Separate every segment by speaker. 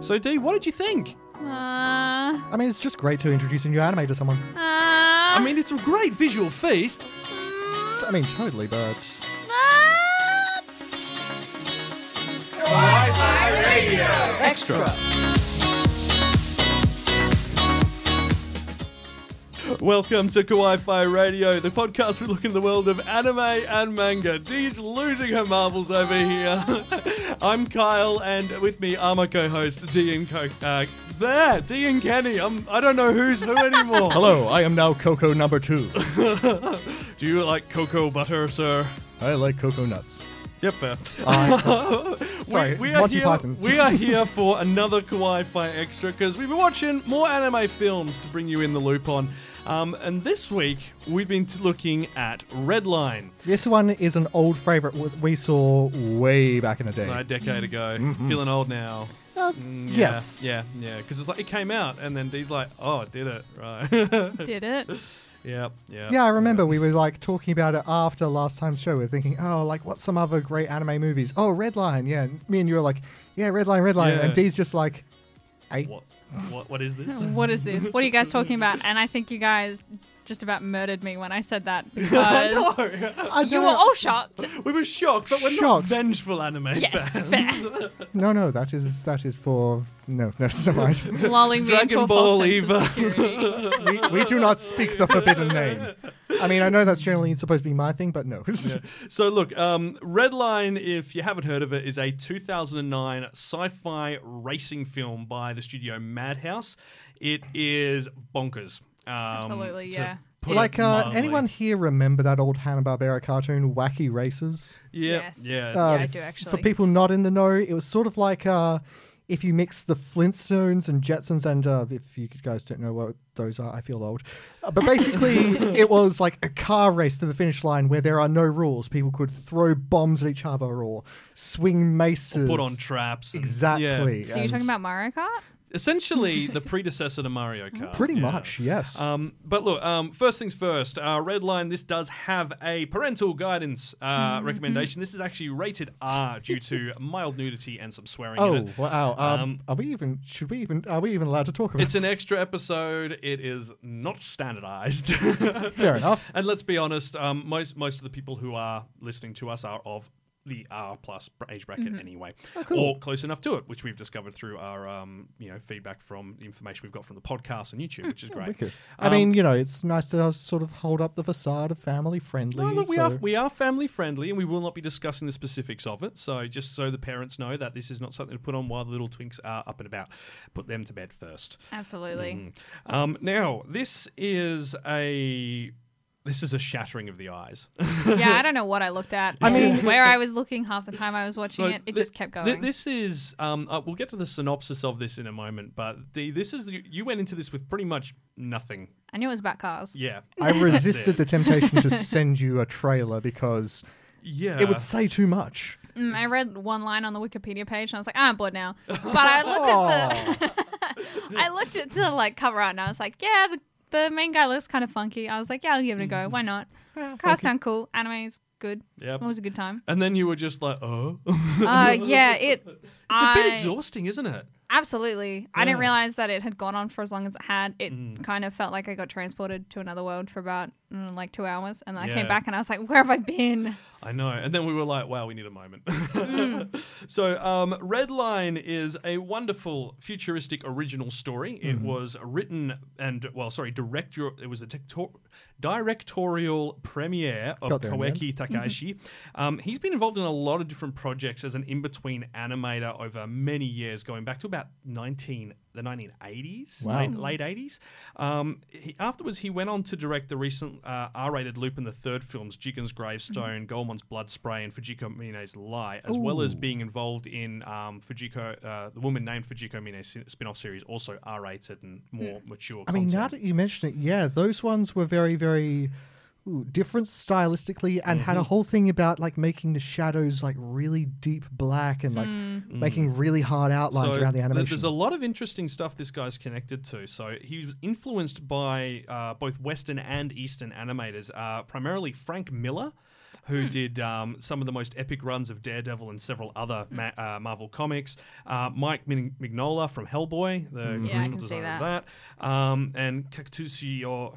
Speaker 1: So, Dee, what did you think?
Speaker 2: Uh,
Speaker 3: I mean, it's just great to introduce a new anime to someone.
Speaker 2: uh,
Speaker 1: I mean, it's a great visual feast.
Speaker 3: I mean, totally, but
Speaker 2: uh,
Speaker 1: Extra. Welcome to Kawaii Fi Radio, the podcast we look in the world of anime and manga. Dee's losing her marbles over here. I'm Kyle, and with me are my co-hosts Dee and Co. Uh, there, Dee and Kenny. I'm. I don't know who's who anymore.
Speaker 3: hello, I am now Coco number two.
Speaker 1: Do you like cocoa butter, sir?
Speaker 3: I like cocoa nuts.
Speaker 1: Yep, uh, fair.
Speaker 3: I,
Speaker 1: we,
Speaker 3: Sorry,
Speaker 1: we are
Speaker 3: Monty
Speaker 1: here,
Speaker 3: Python.
Speaker 1: we are here for another Kawaii Fi Extra because we've been watching more anime films to bring you in the loop on. Um, and this week, we've been t- looking at Redline,
Speaker 3: this one is an old favorite w- we saw way back in the day.
Speaker 1: a decade ago. Feeling old now. Mm, yeah,
Speaker 3: Uh, Mm-hmm. yes.
Speaker 1: Yeah, yeah. Because it's like it came out, and then Dee's like, oh, I did it. Right.
Speaker 2: did it?
Speaker 1: yeah, yeah.
Speaker 3: Yeah, I remember we were like talking about it after last time's show. We are thinking, oh, like what's some other great anime movies? Oh, Redline. Yeah, And me and you were like, yeah, Redline, Redline,
Speaker 1: Yeah.
Speaker 3: and Dee's just like, I
Speaker 1: What, what, what is this?
Speaker 2: What is this? What are you guys talking about? And I think you guys just about murdered me when I said that because
Speaker 3: I
Speaker 2: you were
Speaker 3: don't-
Speaker 2: all shocked.
Speaker 1: we were shocked, but we're not
Speaker 3: Shocked.
Speaker 1: vengeful anime
Speaker 2: Yes,
Speaker 1: fans.
Speaker 2: fair.
Speaker 3: No, no, that is that is for no, no, never mind.
Speaker 2: Lulling me into
Speaker 1: Dragon
Speaker 2: a false
Speaker 1: Ball
Speaker 2: sense
Speaker 1: Eva.
Speaker 2: of security.
Speaker 3: we, we do not speak the forbidden name. I mean, I know that's generally supposed to be my thing, but no.
Speaker 1: So look, um, Redline, if you haven't heard of it, is a 2009 sci-fi racing film by the studio Madhouse. It is bonkers. Um,
Speaker 2: Absolutely,
Speaker 1: to
Speaker 2: yeah.
Speaker 1: put it
Speaker 3: like, uh,
Speaker 1: mildly.
Speaker 3: anyone here remember that old Hanna Barbera cartoon, Wacky Races?
Speaker 1: Yeah,
Speaker 2: Yes.
Speaker 1: yeah. it's-
Speaker 3: Uh,
Speaker 2: I do,
Speaker 3: f- For
Speaker 2: actually.
Speaker 3: people not in the know, it was sort of like uh, if you mix the Flintstones and Jetsons, and uh, if you guys don't know what those are, I feel old. Uh, but basically, it was like a car race to the finish line where there are no rules. People could throw bombs at each other or swing maces.
Speaker 1: put on traps. and- yeah.
Speaker 3: Exactly.
Speaker 2: So you're
Speaker 3: and
Speaker 2: talking about Mario Kart?
Speaker 1: Essentially, the predecessor to Mario Kart.
Speaker 3: Pretty
Speaker 1: yeah.
Speaker 3: much, yes.
Speaker 1: Um, but look, um, first things first. Uh, Redline. This does have a parental guidance uh, recommendation. This is actually rated R due to mild nudity and some swearing. in
Speaker 3: Oh
Speaker 1: it.
Speaker 3: wow! Um,
Speaker 1: Um,
Speaker 3: are we even? Should we even? Are we even allowed to talk about?
Speaker 1: It's an
Speaker 3: this?
Speaker 1: extra episode. It is not standardized.
Speaker 3: Fair enough.
Speaker 1: and let's be honest, um, most most of the people who are listening to us are of the R plus br- age bracket anyway, or close enough to it, which we've discovered through our um, you know feedback from the information we've got from the podcast and YouTube, which is great.
Speaker 3: Wicked. I
Speaker 1: Um,
Speaker 3: mean, you know, it's nice to sort of hold up the facade of family friendly.
Speaker 1: No, look, we are
Speaker 3: so-
Speaker 1: we are family friendly, and we will not be discussing the specifics of it. So, just so the parents know that this is not something to put on while the little twinks are up and about, put them to bed first.
Speaker 2: Absolutely.
Speaker 1: Um, now, this is a this is a shattering of the eyes.
Speaker 2: Yeah, I don't know what I looked at.
Speaker 3: I
Speaker 2: I
Speaker 3: mean-
Speaker 2: mean, where I was looking half the time I was watching it, it
Speaker 1: thi-
Speaker 2: just kept
Speaker 1: thi-
Speaker 2: going.
Speaker 1: this is um, uh, we'll get to the synopsis of this in a moment, but the, this is the, you went into this with pretty much nothing.
Speaker 2: I knew it was about cars.
Speaker 1: Yeah,
Speaker 3: I resisted
Speaker 1: it.
Speaker 3: the temptation to send you a trailer because
Speaker 1: yeah.
Speaker 3: it would say too much.
Speaker 2: Mm, I read one line on the Wikipedia page and I was like, "Ah, I'm bored now. But I looked at the I looked at the like cover art and I was like, yeah, the, the main guy looks kind of funky. I was like, yeah, I'll give it a go. Why not? Cars sound cool. Anime is good.
Speaker 1: Mm. Yep.
Speaker 2: It was a good time.
Speaker 1: and then you were just like, oh, it's
Speaker 2: Uh, yeah, it. It's
Speaker 1: a bit exhausting, isn't it?
Speaker 2: Absolutely. I
Speaker 1: Yeah. Mm.
Speaker 2: didn't realize that it had gone on for as long as it had. It kind of felt like I got transported to another world for about mm, like two hours. And then I
Speaker 1: Yeah.
Speaker 2: came back and I was like, where have I been?
Speaker 1: I know. And then we were like, wow, we need a moment. so, um, Redline is a wonderful futuristic original story. It was written and, well, sorry, direct your, it was a tector- directorial premiere of
Speaker 3: Got there in the
Speaker 1: Koeki Takashi. Um, he's been involved in a lot of different projects as an in between animator over many years, going back to about 19. The 1980s,
Speaker 3: Wow.
Speaker 1: late, late 80s. Um, he, afterwards, he went on to direct the recent uh, R-rated Lupin the Third films, Jigen's Gravestone,
Speaker 3: Mm-hmm.
Speaker 1: Goemon's Blood Spray, and Fujiko Mine's Lie, as well as being involved in um, Fujiko, uh, the woman named Fujiko Mine si- spin-off series, also R-rated and more mature.
Speaker 3: Hmm. I mean, now
Speaker 1: content.
Speaker 3: that you mention it, yeah, those ones were very, very ooh, different stylistically and had
Speaker 1: Mm-hmm.
Speaker 3: a whole thing about like making the shadows like really deep black and like
Speaker 1: Mm.
Speaker 3: making really hard outlines around the
Speaker 1: th-
Speaker 3: animation.
Speaker 1: There's a lot of interesting stuff this guy's connected to. So he was influenced by uh, both Western and Eastern animators, uh, primarily Frank Miller.
Speaker 2: Hmm.
Speaker 1: who did um, some of the most epic runs of Daredevil and several other ma- uh, Marvel comics. Uh, Mike Min- Mignola from Hellboy, the
Speaker 2: Hmm. Yeah, I
Speaker 1: original
Speaker 2: can see
Speaker 1: designer of that, um, and Kakusuyo.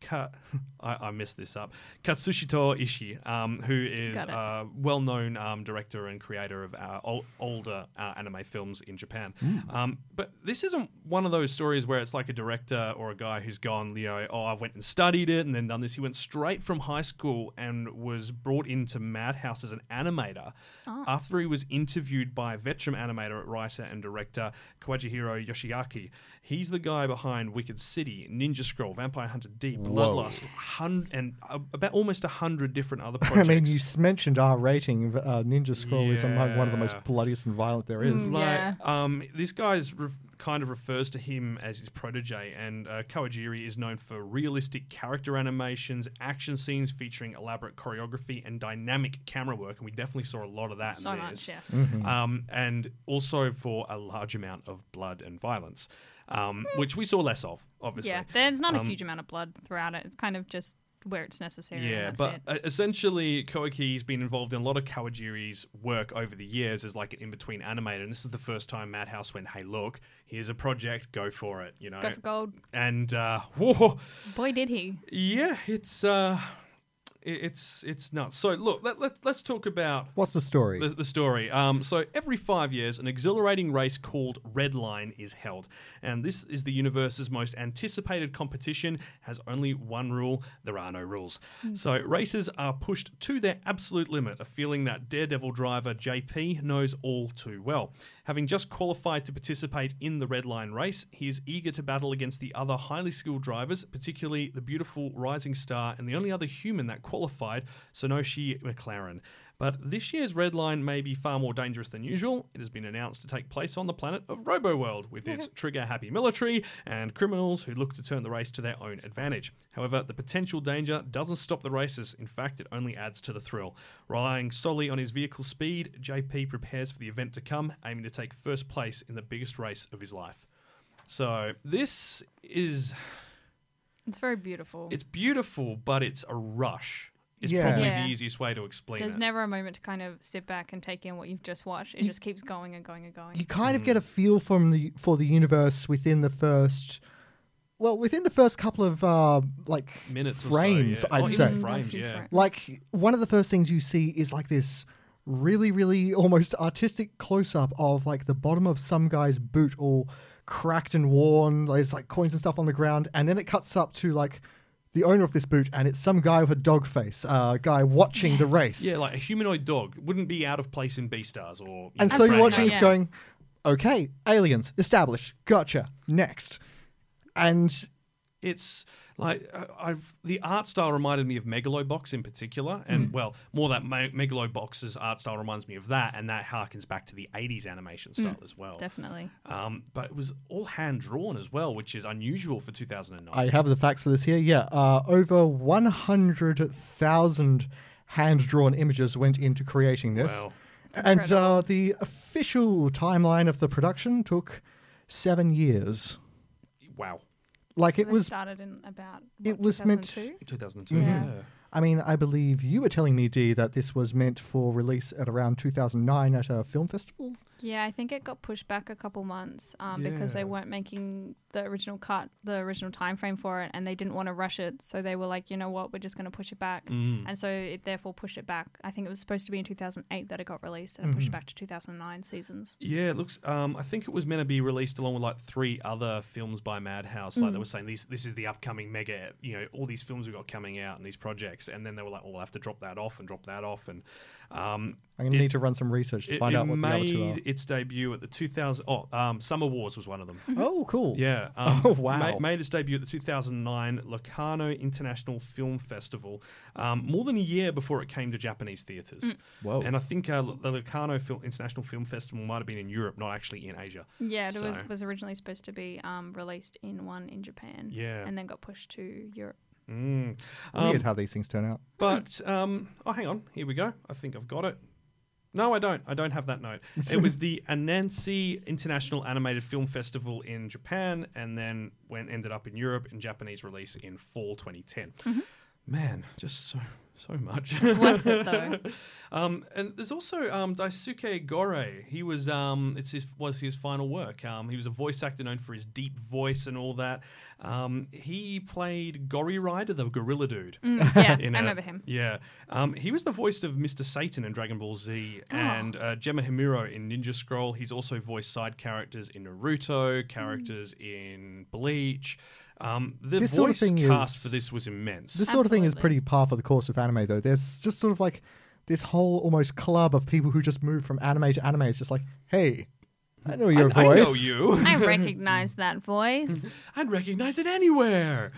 Speaker 1: Ka- I, I messed this up. Katsushito Ishii, um, who is
Speaker 2: Got it.
Speaker 1: a well-known um, director and creator of uh, ol- older uh, anime films in Japan. Um, but this isn't one of those stories where it's like a director or a guy who's gone, you know, oh, I went and studied it and then done this. He went straight from high school and was brought into Madhouse as an animator after he was interviewed by a veteran animator, writer, and director Kawajihiro Yoshiaki. He's the guy behind Wicked City, Ninja Scroll, Vampire Hunter D, Bloodlust, hun- and uh, about almost a hundred different other
Speaker 3: I
Speaker 1: projects.
Speaker 3: mean, you s- mentioned our rating. Uh, Ninja Scroll is among one of the
Speaker 1: Yeah.
Speaker 3: most bloodiest and violent there is.
Speaker 2: Mm.
Speaker 1: Like,
Speaker 2: Yeah.
Speaker 1: um, this guy's re- kind of refers to him as his protege, and uh, Kawajiri is known for realistic character animations, action scenes featuring elaborate choreography and dynamic camera work, and we definitely saw a lot of that.
Speaker 2: So
Speaker 1: in
Speaker 2: much,
Speaker 1: this.
Speaker 2: yes.
Speaker 1: Um, and also for a large amount of blood and violence, um, which we saw less of, obviously.
Speaker 2: Hmm. Yeah, there's not a
Speaker 1: Um,
Speaker 2: huge amount of blood throughout it. It's kind of just where it's necessary.
Speaker 1: Yeah,
Speaker 2: and that's
Speaker 1: but
Speaker 2: it.
Speaker 1: uh, essentially, Koiki's been involved in a lot of Kawajiri's work over the years as like an in-between animator, and this is the first time Madhouse went, "Hey, look, here's a project, go for it," you know.
Speaker 2: go for gold.
Speaker 1: and uh, whoa,
Speaker 2: Boy, did he.
Speaker 1: yeah, it's uh, i- it's it's nuts. So look, let, let let's talk about
Speaker 3: What's the story?
Speaker 1: the, the story. Um, so every five years, an exhilarating race called Red Line is held, and this is the universe's most anticipated competition. Has only one rule: there are no rules. So races are pushed to their absolute limit, a feeling that Daredevil driver JP knows all too well. Having just qualified to participate in the Red Line race, he is eager to battle against the other highly skilled drivers, particularly the beautiful rising star and the only other human that qualified, Sonoshi McLaren. But this year's red line may be far more dangerous than usual. It has been announced to take place on the planet of RoboWorld, with its trigger happy military and criminals who look to turn the race to their own advantage. However, the potential danger doesn't stop the racers. In fact, it only adds to the thrill. Relying solely on his vehicle speed, JP prepares for the event to come, aiming to take first place in the biggest race of his life. So, this is.
Speaker 2: It's very beautiful.
Speaker 1: It's beautiful, but it's a rush. It's
Speaker 3: Yeah.
Speaker 1: probably
Speaker 2: Yeah.
Speaker 1: the easiest way to explain
Speaker 2: There's
Speaker 1: it.
Speaker 2: never a moment to kind of step back and take in what you've just watched. It just keeps going and going and going.
Speaker 3: you kind of get a
Speaker 1: Hmm.
Speaker 3: feel from the for the universe within the first well within the first couple of uh like
Speaker 1: minutes
Speaker 3: frames
Speaker 1: or so, yeah.
Speaker 3: i'd
Speaker 1: Oh,
Speaker 3: say
Speaker 1: even
Speaker 2: Mm,
Speaker 1: frames,
Speaker 2: frames,
Speaker 1: yeah.
Speaker 2: right.
Speaker 3: like one of the first things you see is like this really really almost artistic close-up of like the bottom of some guy's boot all cracked and worn there's like coins and stuff on the ground and then it cuts up to like the owner of this boot and it's some guy with a dog face uh guy watching the race
Speaker 1: Yeah, like a humanoid dog wouldn't be out of place in Beastars or. in
Speaker 3: and so
Speaker 1: Frank
Speaker 3: you're watching
Speaker 1: Ocean.
Speaker 3: this
Speaker 2: Yeah.
Speaker 3: going okay aliens established gotcha next and
Speaker 1: It's like uh, I've the art style reminded me of Megalobox in particular, and
Speaker 3: Hmm.
Speaker 1: well, more that Me- Megalobox's art style reminds me of that, and that harkens back to the '80s animation style as well.
Speaker 2: Hmm. Definitely.
Speaker 1: Um, but it was all hand drawn as well, which is unusual for 2009.
Speaker 3: I have the facts for this here. Yeah, uh, over 100,000 hand drawn images went into creating this.
Speaker 1: Wow.
Speaker 3: And uh, the official timeline of the production took seven years.
Speaker 1: wow,
Speaker 3: Like,
Speaker 2: So
Speaker 3: it
Speaker 2: they
Speaker 3: was.
Speaker 2: started in about what,
Speaker 3: it was meant-
Speaker 2: 2002?
Speaker 1: 2002.
Speaker 2: Yeah.
Speaker 1: yeah.
Speaker 3: I mean, I believe you were telling me, Dee, that this was meant for release at around 2009 at a film festival.
Speaker 2: Yeah, I think it got pushed back a couple months um, because
Speaker 1: Yeah.
Speaker 2: they weren't making the original cut, the original time frame for it, and they didn't want to rush it. So they were like, you know what, we're just going to push it back,
Speaker 1: Mm.
Speaker 2: and so it therefore pushed it back. I think it was supposed to be in 2008 that it got released, and it
Speaker 1: Mm-hmm.
Speaker 2: pushed back to 2009 seasons.
Speaker 1: Yeah, it looks. Um, I think it was meant to be released along with like three other films by Madhouse. Like they were saying, these this is the upcoming mega. You know, all these films we have got coming out and these projects. And then they were like, well, I have to drop that off and drop that off. And um,
Speaker 3: I'm going to need to run some research to
Speaker 1: it,
Speaker 3: find
Speaker 1: it
Speaker 3: out what
Speaker 1: made
Speaker 3: the other two
Speaker 1: its debut at the 2000. Oh, um, Summer Wars was one of them.
Speaker 3: are. Oh, cool.
Speaker 1: Yeah. Um,
Speaker 3: Oh, wow.
Speaker 1: ma- Made, its debut at the 2009 Locarno International Film Festival, um, more than a year before it came to Japanese theaters.
Speaker 3: Whoa.
Speaker 1: And I think uh, the Locarno Fil- International Film Festival might have been in Europe, not actually in Asia.
Speaker 2: Yeah, it was
Speaker 1: So-
Speaker 2: was originally supposed to be um, released in one in Japan,
Speaker 1: Yeah.
Speaker 2: and then got pushed to Europe.
Speaker 1: Mm.
Speaker 3: Weird
Speaker 1: Um,
Speaker 3: how these things turn out.
Speaker 1: but um, oh, hang on, here we go. I think I've got it. No, I don't. I don't have that note. It was the Anansi International Animated Film Festival in Japan, and then went ended up in Europe in Japanese release in fall 2010. Man, just so So much.
Speaker 2: It's worth it though.
Speaker 1: Um, and there's also um, Daisuke Gore. He was um, it's his was his final work. Um, he was a voice actor known for his deep voice and all that. Um, he played Gory Rider, the gorilla dude.
Speaker 2: Mm, yeah,
Speaker 1: in
Speaker 2: I
Speaker 1: a-
Speaker 2: remember him.
Speaker 1: Yeah, um, he was the voice of Mr. Satan in Dragon Ball Z,
Speaker 2: Oh.
Speaker 1: and uh, Gemma Himuro in Ninja Scroll. He's also voiced side characters in Naruto, characters
Speaker 2: Mm.
Speaker 1: in Bleach. Um, the
Speaker 3: This
Speaker 1: voice
Speaker 3: sort of thing
Speaker 1: cast
Speaker 3: is-
Speaker 1: for this was immense.
Speaker 3: This sort of thing is
Speaker 2: Absolutely.
Speaker 3: pretty par for the course of anime, though. There's just sort of like this whole almost club of people who just move from anime to anime. It's just like, hey, I know your
Speaker 1: I, I
Speaker 3: voice.
Speaker 1: know you.
Speaker 2: I recognize that voice.
Speaker 1: I'd recognize it anywhere.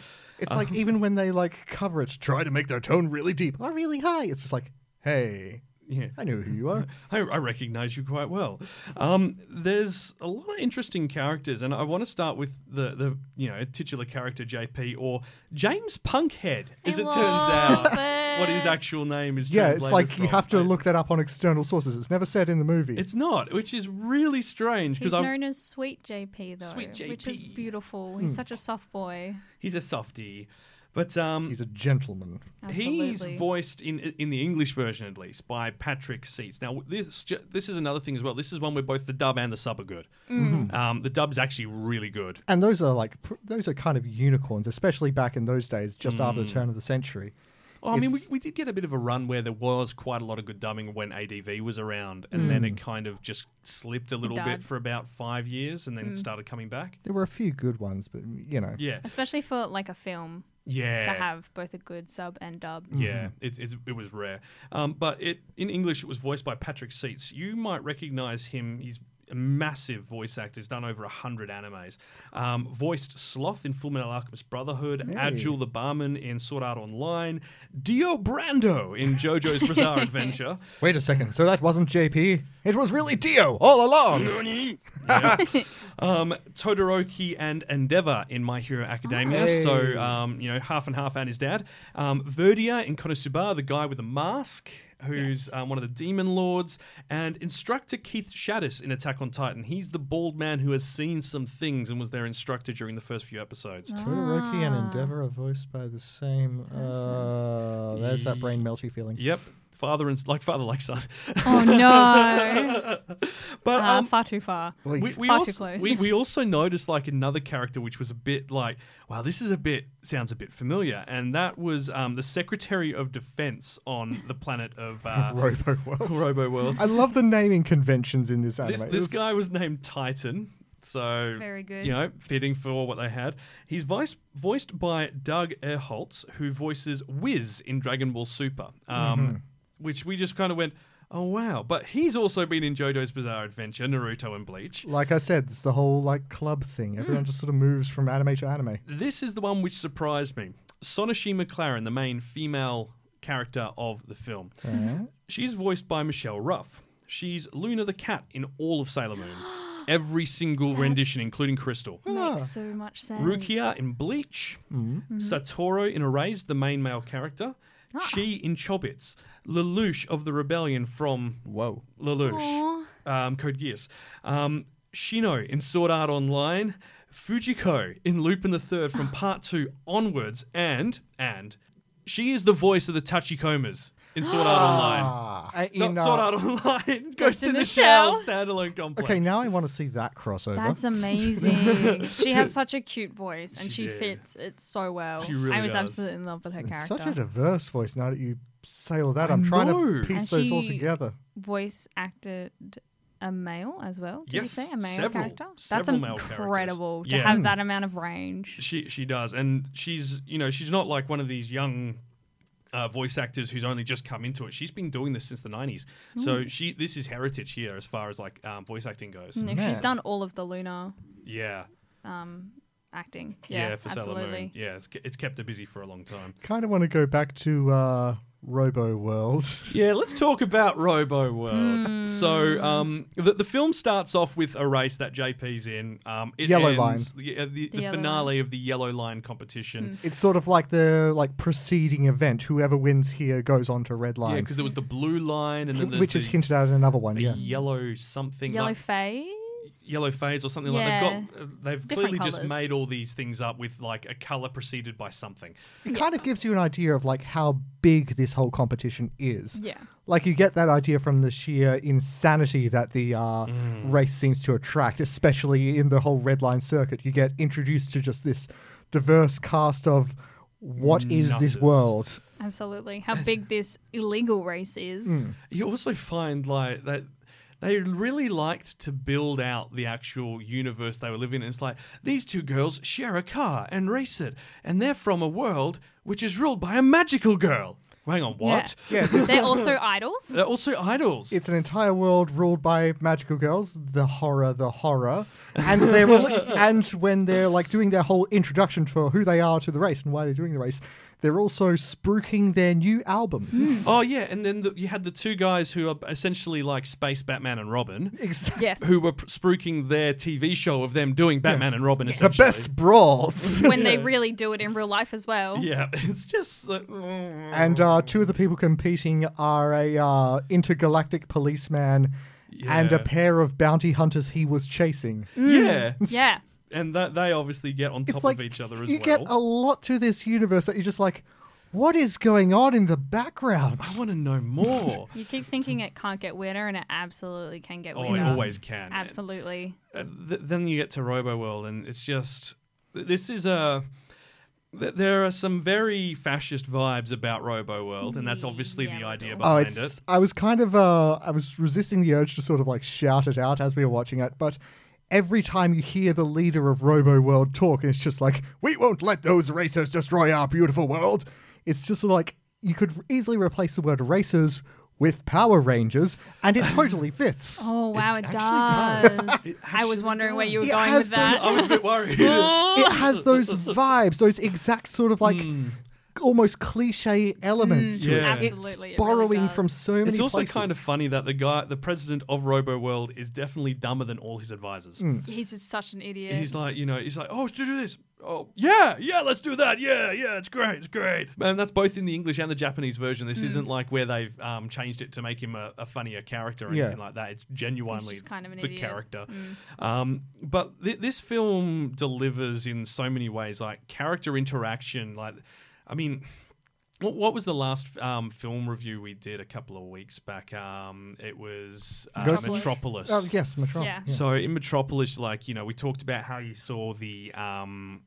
Speaker 3: It's like
Speaker 1: Uh-huh.
Speaker 3: even when they like cover it, try to make their tone really deep or really high. It's just like, hey,
Speaker 1: Yeah.
Speaker 3: I know who you are.
Speaker 1: I, I recognize you quite well. Um, there's a lot of interesting characters, and I want to start with the, the you know titular character JP or James Punkhead, as
Speaker 2: I
Speaker 1: it turns
Speaker 2: love
Speaker 1: out, what his
Speaker 2: it.
Speaker 1: actual name is.
Speaker 3: yeah, it's
Speaker 1: translated
Speaker 3: like you
Speaker 1: from.
Speaker 3: have to
Speaker 1: I-
Speaker 3: look that up on external sources. It's never said in the movie.
Speaker 1: It's not, which is really strange
Speaker 2: He's
Speaker 1: because I'm
Speaker 2: known as Sweet JP though,
Speaker 1: Sweet Hmm.
Speaker 2: which is
Speaker 1: JP.
Speaker 2: beautiful. He's such a soft boy.
Speaker 1: he's a softie, but um,
Speaker 3: He's a gentleman.
Speaker 2: Absolutely.
Speaker 1: He's voiced in in the English version at least by Patrick Seats. Now this this is another thing as well. This is one where both the dub and the sub are good.
Speaker 2: Mm.
Speaker 3: Mm-hmm.
Speaker 1: Um, the dub's actually really good.
Speaker 3: And those are like pr- those are kind of unicorns, especially back in those days, just after the turn of the century.
Speaker 1: Oh, Hmm. I mean, we,
Speaker 3: It's-
Speaker 1: we did get a bit of a run where there was quite a lot of good dubbing when ADV was around, and then it kind of just slipped a little bit
Speaker 2: died.
Speaker 1: for about five years, and then it started coming back.
Speaker 3: There were a few good ones, but you know,
Speaker 1: Yeah,
Speaker 2: Especially for like a film
Speaker 1: yeah.
Speaker 2: to have both a good sub and dub.
Speaker 1: Yeah, it, it's, it was rare. Um, but it in English, it was voiced by Patrick Seats. You might recognize him. He's a massive voice actor. He's done over 100 animes. Um, voiced Sloth in Fullmetal Alchemist Brotherhood, Adjul the Barman in Sword Art Online, Dio Brando in JoJo's Bizarre Adventure.
Speaker 3: Wait a second. So that wasn't JP. It was really Dio all along.
Speaker 1: Yeah. um, Todoroki and Endeavor in My Hero Academia.
Speaker 3: Hey.
Speaker 1: So, um, you know, half and half and his dad. Um, Verdia in Konosuba, the guy with the mask, who's um, one of the demon lords. And instructor Keith Shaddis in Attack on Titan. He's the bald man who has seen some things and was their instructor during the first few episodes.
Speaker 3: Oh. Todoroki and Endeavor are voiced by the same. Uh, there's that brain melty feeling.
Speaker 1: Yep. Father and like father, like son.
Speaker 2: Oh no.
Speaker 1: But
Speaker 2: Ah,
Speaker 1: um,
Speaker 2: far too far.
Speaker 3: Like,
Speaker 1: we, we
Speaker 2: Far
Speaker 1: also,
Speaker 2: too close.
Speaker 1: We, we also noticed like another character which was a bit like, wow, this is a bit sounds a bit familiar, and that was um, the Secretary of Defense on the planet of uh,
Speaker 3: Robo World.
Speaker 1: Robo World.
Speaker 3: I love the naming conventions in this anime.
Speaker 1: This this
Speaker 3: It's-
Speaker 1: guy was named Titan, so
Speaker 2: Very good.
Speaker 1: You know, fitting for what they had. He's voice, voiced by Doug Erholtz, who voices Wiz in Dragon Ball Super, um, which we just kind of went. Oh wow! But he's also been in JoJo's Bizarre Adventure, Naruto, and Bleach.
Speaker 3: Like I said, it's the whole like club
Speaker 1: Hmm.
Speaker 3: thing. Everyone just sort of moves from anime to anime.
Speaker 1: This is the one which surprised me. Sonoshi McLaren, the main female character of the film, she's voiced by Michelle Ruff. She's Luna the cat in all of Sailor Moon, every single rendition, including Crystal.
Speaker 3: Ah,
Speaker 2: Makes so much sense.
Speaker 1: Rukia in Bleach, Satoru in Erased, the main male character, she in Chobits, Lelouch of the Rebellion from
Speaker 3: Whoa.
Speaker 1: Lelouch, um, Code Geass. Um, Shino in Sword Art Online, Fujiko in Lupin the Third from Part Two onwards, and and she is the voice of the Tachikomas in Sword Art Online.
Speaker 3: I,
Speaker 1: Not
Speaker 3: in,
Speaker 1: Sword
Speaker 3: uh,
Speaker 1: Art Online, Ghost, in the, Shell standalone complex.
Speaker 3: okay, now I want to see that crossover.
Speaker 2: That's amazing. she has such a cute voice and
Speaker 1: She
Speaker 2: she,
Speaker 1: did.
Speaker 2: fits it so well.
Speaker 1: She really
Speaker 2: I was
Speaker 1: does.
Speaker 2: absolutely in love with her
Speaker 3: It's
Speaker 2: character.
Speaker 3: such a diverse voice now that you say all that. I'm trying
Speaker 1: know.
Speaker 3: to piece
Speaker 2: And
Speaker 3: those all
Speaker 2: she-
Speaker 3: together.
Speaker 2: voice acted a male as well. Did
Speaker 1: Yes,
Speaker 2: you say a male
Speaker 1: several-
Speaker 2: character? That's
Speaker 1: several male characters.
Speaker 2: incredible to
Speaker 1: Yeah. Mm.
Speaker 2: have that amount of range.
Speaker 1: She she does, and she's you know she's not like one of these young uh, voice actors who's only just come into it. She's been doing this since the nineties, so she this is heritage here as far as like um, voice acting goes.
Speaker 2: And if
Speaker 3: Yeah.
Speaker 2: She's done all of the Luna
Speaker 1: Yeah,
Speaker 2: acting.
Speaker 1: yeah,
Speaker 2: Yeah,
Speaker 1: for
Speaker 2: absolutely.
Speaker 1: Sailor Moon. Yeah, it's ke- it's kept her busy for a long time.
Speaker 3: Kind of want to go back to uh, Robo World.
Speaker 1: Yeah, let's talk about Robo World.
Speaker 2: Hmm.
Speaker 1: So, um, the, the film starts off with a race that JP's in. Um, it
Speaker 3: Yellow
Speaker 1: ends- yeah, the, the,
Speaker 2: yellow Hmm.
Speaker 1: finale of the Yellow Line competition.
Speaker 3: It's sort of like the like preceding event. Whoever wins here goes on to Red
Speaker 1: Yeah,
Speaker 3: Line,
Speaker 1: because there was the blue line, and then there's
Speaker 3: which is
Speaker 1: the-
Speaker 3: hinted at in another one.
Speaker 1: the
Speaker 3: Yeah.
Speaker 1: yellow something.
Speaker 2: Yellow
Speaker 1: like-
Speaker 2: face?
Speaker 1: yellow fades or something like they've got they've
Speaker 2: Different
Speaker 1: clearly just
Speaker 2: colours.
Speaker 1: made all these things up with like a color preceded by something.
Speaker 3: It kind of gives you an idea of like how big this whole competition is.
Speaker 2: Yeah.
Speaker 3: Like you get that idea from the sheer insanity that the uh,
Speaker 1: Mm.
Speaker 3: race seems to attract, especially in the whole red line circuit. You get introduced to just this diverse cast of what is
Speaker 1: Nutters.
Speaker 3: this world?
Speaker 2: Absolutely. How big this illegal race
Speaker 3: Hmm.
Speaker 2: is.
Speaker 1: You also find like that they really liked to build out the actual universe they were living in. It's like these two girls share a car and race it, and they're from a world which is ruled by a magical girl. Hang on, what?
Speaker 3: Yeah,
Speaker 2: They're also idols.
Speaker 1: They're also idols.
Speaker 3: It's an entire world ruled by magical girls, the horror, the horror. And they will and when they're like doing their whole introduction for who they are to the race and why they're doing the race, they're also spruiking their new album.
Speaker 1: oh yeah, and then the, you had the two guys who are essentially like space Batman and Robin.
Speaker 3: Exactly.
Speaker 2: Yes.
Speaker 1: Who were pr- spruiking their TV show of them doing Batman and Robin?
Speaker 3: The
Speaker 1: Essentially.
Speaker 3: best brawls.
Speaker 2: when they really do it in real life as well.
Speaker 1: Yeah, it's just like, mm.
Speaker 3: and uh, two of the people competing are a uh, intergalactic policeman and a
Speaker 1: Yeah.
Speaker 3: pair of bounty hunters he was chasing.
Speaker 1: yeah,
Speaker 2: Yeah.
Speaker 1: and that they obviously get on top
Speaker 3: It's like
Speaker 1: of each other as
Speaker 3: you
Speaker 1: well.
Speaker 3: get a lot to this universe that you're just like, what is going on in the background?
Speaker 1: I want to know more.
Speaker 2: You keep thinking it can't get weirder, and it absolutely can get
Speaker 1: oh,
Speaker 2: weirder.
Speaker 1: it always can.
Speaker 2: Absolutely.
Speaker 1: Uh, th- then you get to Robo World, and it's just th- this is a. th- There are some very fascist vibes about Robo World, and that's obviously the
Speaker 2: Yeah,
Speaker 1: idea
Speaker 2: oh,
Speaker 3: Oh,
Speaker 1: behind
Speaker 3: it's.
Speaker 1: it.
Speaker 3: I was kind of. Uh, I was resisting the urge to sort of like shout it out as we were watching it, but every time you hear the leader of Robo World talk, it's just like, "We won't let those racers destroy our beautiful world." It's just like you could easily replace the word "racers" with "Power Rangers," and it totally fits.
Speaker 2: Oh, wow, it,
Speaker 1: actually
Speaker 2: does.
Speaker 1: does. It
Speaker 2: I was
Speaker 1: actually
Speaker 2: wondering where you were
Speaker 3: does. It
Speaker 2: going
Speaker 3: has
Speaker 2: with that.
Speaker 1: I was a bit worried.
Speaker 3: It has those vibes, those exact sort of like. Almost cliche elements to
Speaker 1: Hmm. yeah.
Speaker 3: it.
Speaker 2: Absolutely,
Speaker 3: It's
Speaker 2: it really
Speaker 3: borrowing
Speaker 2: does.
Speaker 3: from so many
Speaker 1: It's also
Speaker 3: places.
Speaker 1: kind of funny that the guy, the president of Robo World, is definitely dumber than all his advisors.
Speaker 2: He's just such an idiot.
Speaker 1: He's like, you know, he's like, oh, should we do this? Oh, yeah, yeah, let's do that. Yeah, yeah, it's great, it's great. And that's both in the English and the Japanese version.
Speaker 2: Hmm.
Speaker 1: This isn't like where they've um, changed it to make him a, a funnier character or
Speaker 3: Yeah.
Speaker 1: anything like that. It's genuinely
Speaker 2: He's just kind of an
Speaker 1: the
Speaker 2: idiot. Hmm.
Speaker 1: character. Um, but th- this film delivers in so many ways, like character interaction. Like, I mean. What, what was the last um, film review we did a couple of weeks back? Um, it was uh,
Speaker 3: Ghost-
Speaker 1: Metropolis.
Speaker 3: Oh, yes, Metropolis.
Speaker 2: Yeah.
Speaker 1: So in Metropolis, like you know, we talked about how you saw the um,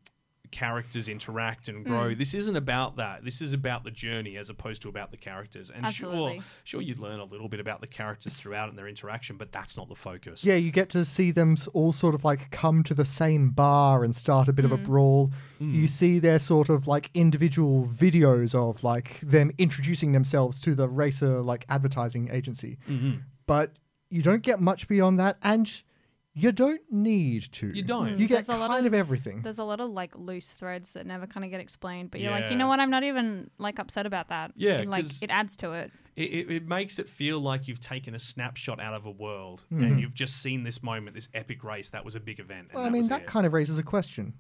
Speaker 1: characters interact and grow.
Speaker 3: Mm.
Speaker 1: This isn't about that. This is about the journey as opposed to about the characters. And
Speaker 2: Absolutely.
Speaker 1: sure, sure, you learn a little bit about the characters throughout and their interaction, but that's not the focus.
Speaker 3: Yeah, you get to see them s- all sort of like come to the same bar and start a bit of
Speaker 2: Mm.
Speaker 3: a brawl.
Speaker 1: Mm.
Speaker 3: You see their sort of like individual videos of like them introducing themselves to the racer like advertising agency.
Speaker 1: Mm-hmm.
Speaker 3: But you don't get much beyond that and you don't need to.
Speaker 1: You don't. Mm,
Speaker 3: You get
Speaker 2: there's a lot
Speaker 3: kind
Speaker 2: of-
Speaker 3: of, everything.
Speaker 2: There's a lot of like loose threads that never kind of get explained, but you're like, you
Speaker 1: Yeah.
Speaker 2: know what? I'm not even like upset about that.
Speaker 1: Yeah,
Speaker 2: It, like
Speaker 1: 'cause-
Speaker 2: it adds to it.
Speaker 1: It, it, it makes it feel like you've taken a snapshot out of a world and you've just seen this moment, this epic race. That was a big event. And
Speaker 3: Mm-hmm. Well, I
Speaker 1: that
Speaker 3: mean,
Speaker 1: was
Speaker 3: that
Speaker 1: it.
Speaker 3: kind of raises a question.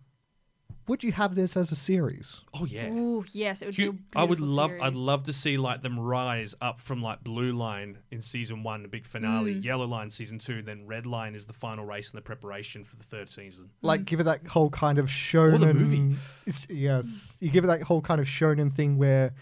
Speaker 3: Would you have this as a series?
Speaker 1: Oh yeah.
Speaker 2: Ooh, yes, it would
Speaker 1: Hu-
Speaker 2: be. a
Speaker 1: I would
Speaker 2: beautiful
Speaker 1: love I'd
Speaker 2: series.
Speaker 1: love to see like them rise up from like blue line in season one, the big finale, yellow line season two, then red line is the final race and the preparation for the third season.
Speaker 3: like give it that whole kind of shonen
Speaker 1: Mm. movie.
Speaker 3: It's- yes you give it that whole kind of shonen thing where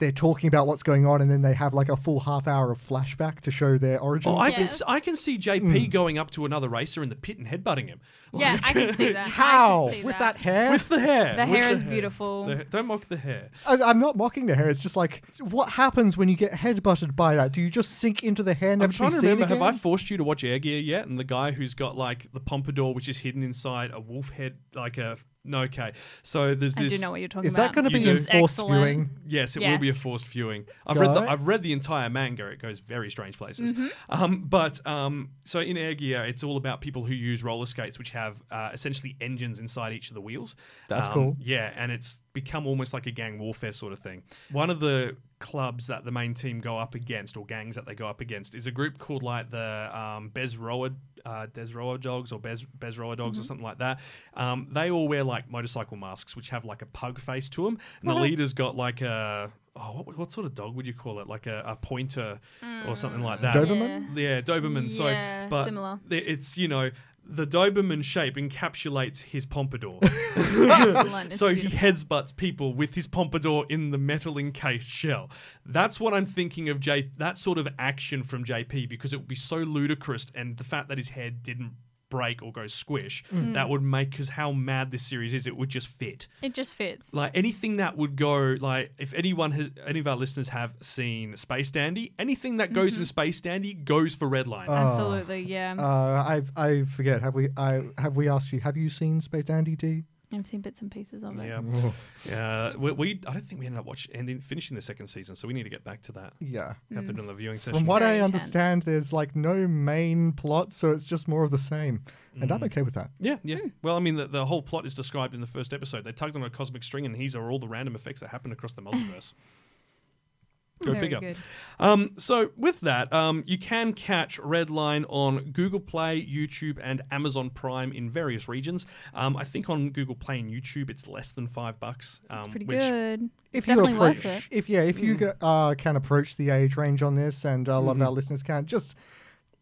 Speaker 3: they're talking about what's going on and then they have like a full half hour of flashback to show their origins
Speaker 1: Oh, I can
Speaker 2: Yes.
Speaker 1: I can see JP going up to another racer in the pit and headbutting him
Speaker 2: Yeah, I can see that. I can
Speaker 3: how
Speaker 2: see
Speaker 3: with that, hair
Speaker 1: with the hair.
Speaker 2: The
Speaker 1: With
Speaker 2: hair is beautiful.
Speaker 1: the- don't mock the hair.
Speaker 3: I, i'm not mocking the hair it's just like what happens when you get headbutted by that do you just sink into the hair never
Speaker 1: I'm trying
Speaker 3: be
Speaker 1: to
Speaker 3: seen
Speaker 1: remember. Have
Speaker 3: again?
Speaker 1: I forced you to watch Air Gear yet? And the guy who's got like the pompadour, which is hidden inside a wolf head, like a no. Okay, so there's
Speaker 2: I
Speaker 1: this.
Speaker 2: do know what you're talking
Speaker 3: is
Speaker 2: about.
Speaker 3: that going to
Speaker 1: You
Speaker 3: be
Speaker 1: do.
Speaker 3: in
Speaker 1: It's
Speaker 3: forced
Speaker 2: excellent.
Speaker 3: viewing
Speaker 1: Yes, it will be a
Speaker 2: Yes.
Speaker 1: forced viewing. I've
Speaker 3: Got
Speaker 1: read the,
Speaker 3: it.
Speaker 1: I've read the entire manga. It goes very strange places. Um, but um, so in Air Gear, it's all about people who use roller skates, which have uh, essentially engines inside each of the wheels.
Speaker 3: That's
Speaker 1: Um,
Speaker 3: cool.
Speaker 1: Yeah, and it's become almost like a gang warfare sort of thing. One of the clubs that the main team go up against, or gangs that they go up against, is a group called like the um, Bezroa. Uh, Desroa dogs or Bez, Bezroa dogs or something like that. Um, they all wear like motorcycle masks, which have like a pug face to them. And the leader's got like a oh, what, what sort of dog would you call it? Like a, a pointer or something like that.
Speaker 3: Doberman?
Speaker 1: Yeah, Doberman.
Speaker 2: Yeah,
Speaker 1: so, but
Speaker 2: similar.
Speaker 1: th- it's you know the Doberman shape encapsulates his pompadour.
Speaker 2: Excellent. It's
Speaker 1: so he
Speaker 2: beautiful.
Speaker 1: headsbutts people with his pompadour in the metal encased shell. That's what I'm thinking of J that sort of action from JP because it would be so ludicrous and the fact that his head didn't break or go squish, that would make cause how mad this series is, it would just fit.
Speaker 2: it just fits.
Speaker 1: Like anything that would go like if anyone has any of our listeners have seen Space Dandy, anything that goes in Space Dandy goes for Redline.
Speaker 3: Oh.
Speaker 2: Absolutely, yeah.
Speaker 3: Uh, I I forget. Have we I have we asked you? Have you seen Space Dandy D?
Speaker 2: I've seen bits and pieces of it.
Speaker 1: yeah, yeah. We, we I don't think we ended up watching ending finishing the second season, so we need to get back to that.
Speaker 3: Yeah.
Speaker 1: Have to do another viewing session.
Speaker 3: From what
Speaker 2: very
Speaker 3: I
Speaker 2: intense.
Speaker 3: understand, there's like no main plot, so it's just more of the same, and I'm okay with that.
Speaker 1: Yeah, yeah. Well, I mean, the, the whole plot is described in the first episode. They tugged on a cosmic string, and these are all the random effects that happen across the multiverse. Go
Speaker 2: Very
Speaker 1: figure.
Speaker 2: good.
Speaker 1: Um, so, with that, um, you can catch Redline on Google Play, YouTube, and Amazon Prime in various regions. Um, I think on Google Play and YouTube, it's less than five bucks. Um,
Speaker 2: It's pretty
Speaker 1: which-
Speaker 2: good. it's
Speaker 3: you
Speaker 2: definitely
Speaker 3: approach,
Speaker 2: worth it.
Speaker 3: if yeah, if you go- uh, can approach the age range on this, and a lot of our listeners can, just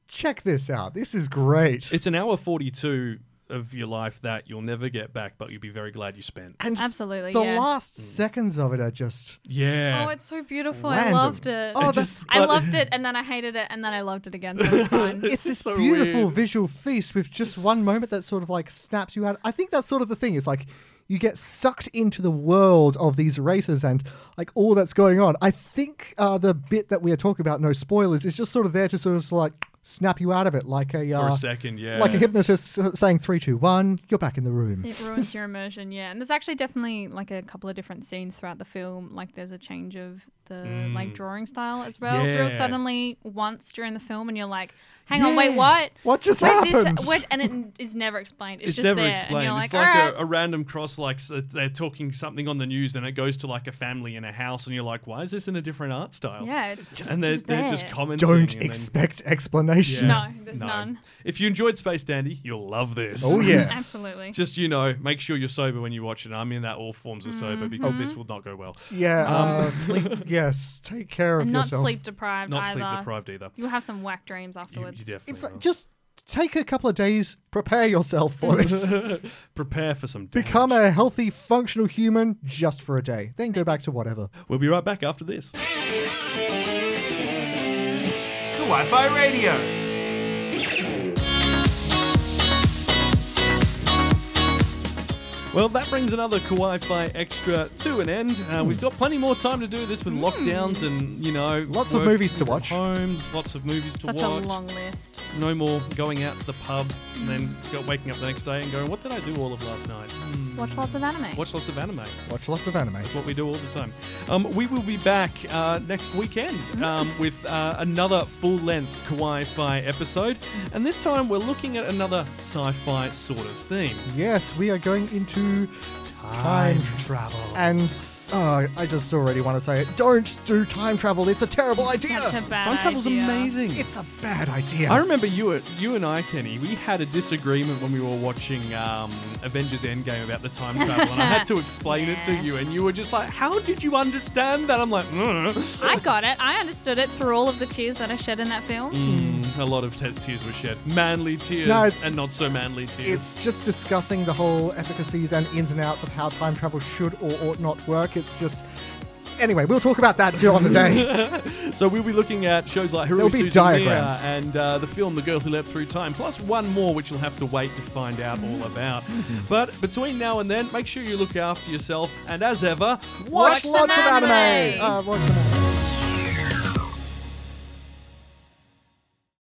Speaker 3: check this out. This is great.
Speaker 1: It's an hour 42 of your life that you'll never get back, but you'll be very glad you spent.
Speaker 3: and
Speaker 2: Absolutely,
Speaker 3: the
Speaker 2: yeah.
Speaker 3: last seconds of it are just
Speaker 1: Yeah.
Speaker 2: Oh, it's so beautiful.
Speaker 3: Random.
Speaker 2: I loved it.
Speaker 3: oh,
Speaker 1: just-
Speaker 3: that's
Speaker 2: I
Speaker 1: but-
Speaker 2: loved it, and then I hated it, and then I loved it again. So it's fine.
Speaker 3: it's this
Speaker 1: so
Speaker 3: beautiful
Speaker 1: weird.
Speaker 3: visual feast with just one moment that sort of like snaps you out. I think that's sort of the thing. It's like you get sucked into the world of these races and like all that's going on. I think uh, the bit that we are talking about, no spoilers, is just sort of there to sort of like snap you out of it, like a,
Speaker 1: For
Speaker 3: uh,
Speaker 1: a second, yeah.
Speaker 3: like a hypnotist s- saying three, two, one, you're back in the room.
Speaker 2: It ruins your immersion, yeah. And there's actually definitely like a couple of different scenes throughout the film. Like there's a change of the like drawing style as well.
Speaker 1: Mm. Yeah.
Speaker 2: Real suddenly once during the film, and you're like, "Hang on, wait, what?
Speaker 3: What just
Speaker 2: Wait,
Speaker 3: happened?
Speaker 2: this uh, what?" And it is never explained. It's,
Speaker 1: It's,
Speaker 2: just
Speaker 1: never
Speaker 2: there, And
Speaker 1: explained.
Speaker 2: you're like,
Speaker 1: it's like
Speaker 2: "Alright."
Speaker 1: a, a random cross, like so they're talking something on the news, and it goes to like a family in a house, and you're like, "Why is this in a different art style?"
Speaker 2: yeah, it's just
Speaker 1: and they're
Speaker 2: just
Speaker 1: they're
Speaker 2: there.
Speaker 1: just commenting.
Speaker 3: Don't
Speaker 1: and then-
Speaker 3: expect
Speaker 1: Yeah.
Speaker 3: explanation.
Speaker 2: No, there's none.
Speaker 1: If you enjoyed Space Dandy, you'll love this.
Speaker 3: Oh yeah.
Speaker 2: Absolutely.
Speaker 1: Just you know, make sure you're sober when you watch it. I mean that all forms
Speaker 2: Mm.
Speaker 1: of sober because this
Speaker 3: Oh.
Speaker 1: will not go well.
Speaker 3: Yeah,
Speaker 1: Um,
Speaker 3: uh, please- yes. Take care of
Speaker 2: and not
Speaker 3: yourself.
Speaker 2: sleep deprived
Speaker 1: Not
Speaker 2: either.
Speaker 1: sleep deprived either.
Speaker 2: You'll have some whack dreams
Speaker 1: You, you
Speaker 2: afterwards.
Speaker 1: definitely
Speaker 3: If,
Speaker 1: will.
Speaker 3: just take a couple of days, prepare yourself for this.
Speaker 1: prepare for some. Damage.
Speaker 3: Become a healthy, functional human just for a day, then go back to whatever.
Speaker 1: We'll be right back after this.
Speaker 4: Kawaii Fi Radio.
Speaker 1: Well, that brings another Kawaii Fi Extra to an end. Uh, we've got plenty more time to do this with
Speaker 2: Mm.
Speaker 1: lockdowns and, you know,
Speaker 3: Lots of
Speaker 1: work
Speaker 3: movies to
Speaker 1: from
Speaker 3: watch.
Speaker 1: Home, lots of movies to
Speaker 2: Such a
Speaker 1: watch.
Speaker 2: long list.
Speaker 1: no more going out to the pub and then
Speaker 2: Mm.
Speaker 1: go, waking up the next day and going, what did I do all of last night? Hmm.
Speaker 2: Watch lots of anime.
Speaker 1: Watch lots of anime.
Speaker 3: Watch lots of anime.
Speaker 1: That's what we do all the time. Um, we will be back uh, next weekend um, with uh, another full length Kawaii Fi episode. And this time we're looking at another sci fi sort of theme
Speaker 3: Yes, we are going into time.
Speaker 1: travel.
Speaker 3: And uh, I just already want to say it. Don't do time travel. It's a terrible idea.
Speaker 2: Such a bad
Speaker 1: Time travel's
Speaker 2: idea.
Speaker 1: amazing.
Speaker 3: it's a bad idea.
Speaker 1: I remember you, at- you and I, Kenny. We had a disagreement when we were watching um, Avengers Endgame about the time travel, and I had to explain it to
Speaker 2: Yeah.
Speaker 1: you, and you were just like, "How did you understand that?" I'm like, mm.
Speaker 2: I got it. I understood it through all of the tears that I shed in that film.
Speaker 1: "A lot of te- tears were shed, manly tears,
Speaker 3: No, it's-
Speaker 1: and not so manly tears."
Speaker 3: It's just discussing the whole efficacies and ins and outs of how time travel should or ought not work. It's just. Anyway, we'll talk about that on the day.
Speaker 1: So we'll be looking at shows like Hurry
Speaker 3: There'll be
Speaker 1: Susan Mia
Speaker 3: diagrams.
Speaker 1: and uh, the film The Girl Who Leapt Through Time, plus one more which you'll have to wait to find out all about. But between now and then, make sure you look after yourself, and as ever,
Speaker 3: Watch,
Speaker 2: some
Speaker 3: lots of anime.
Speaker 2: anime.
Speaker 3: Uh, watch some anime.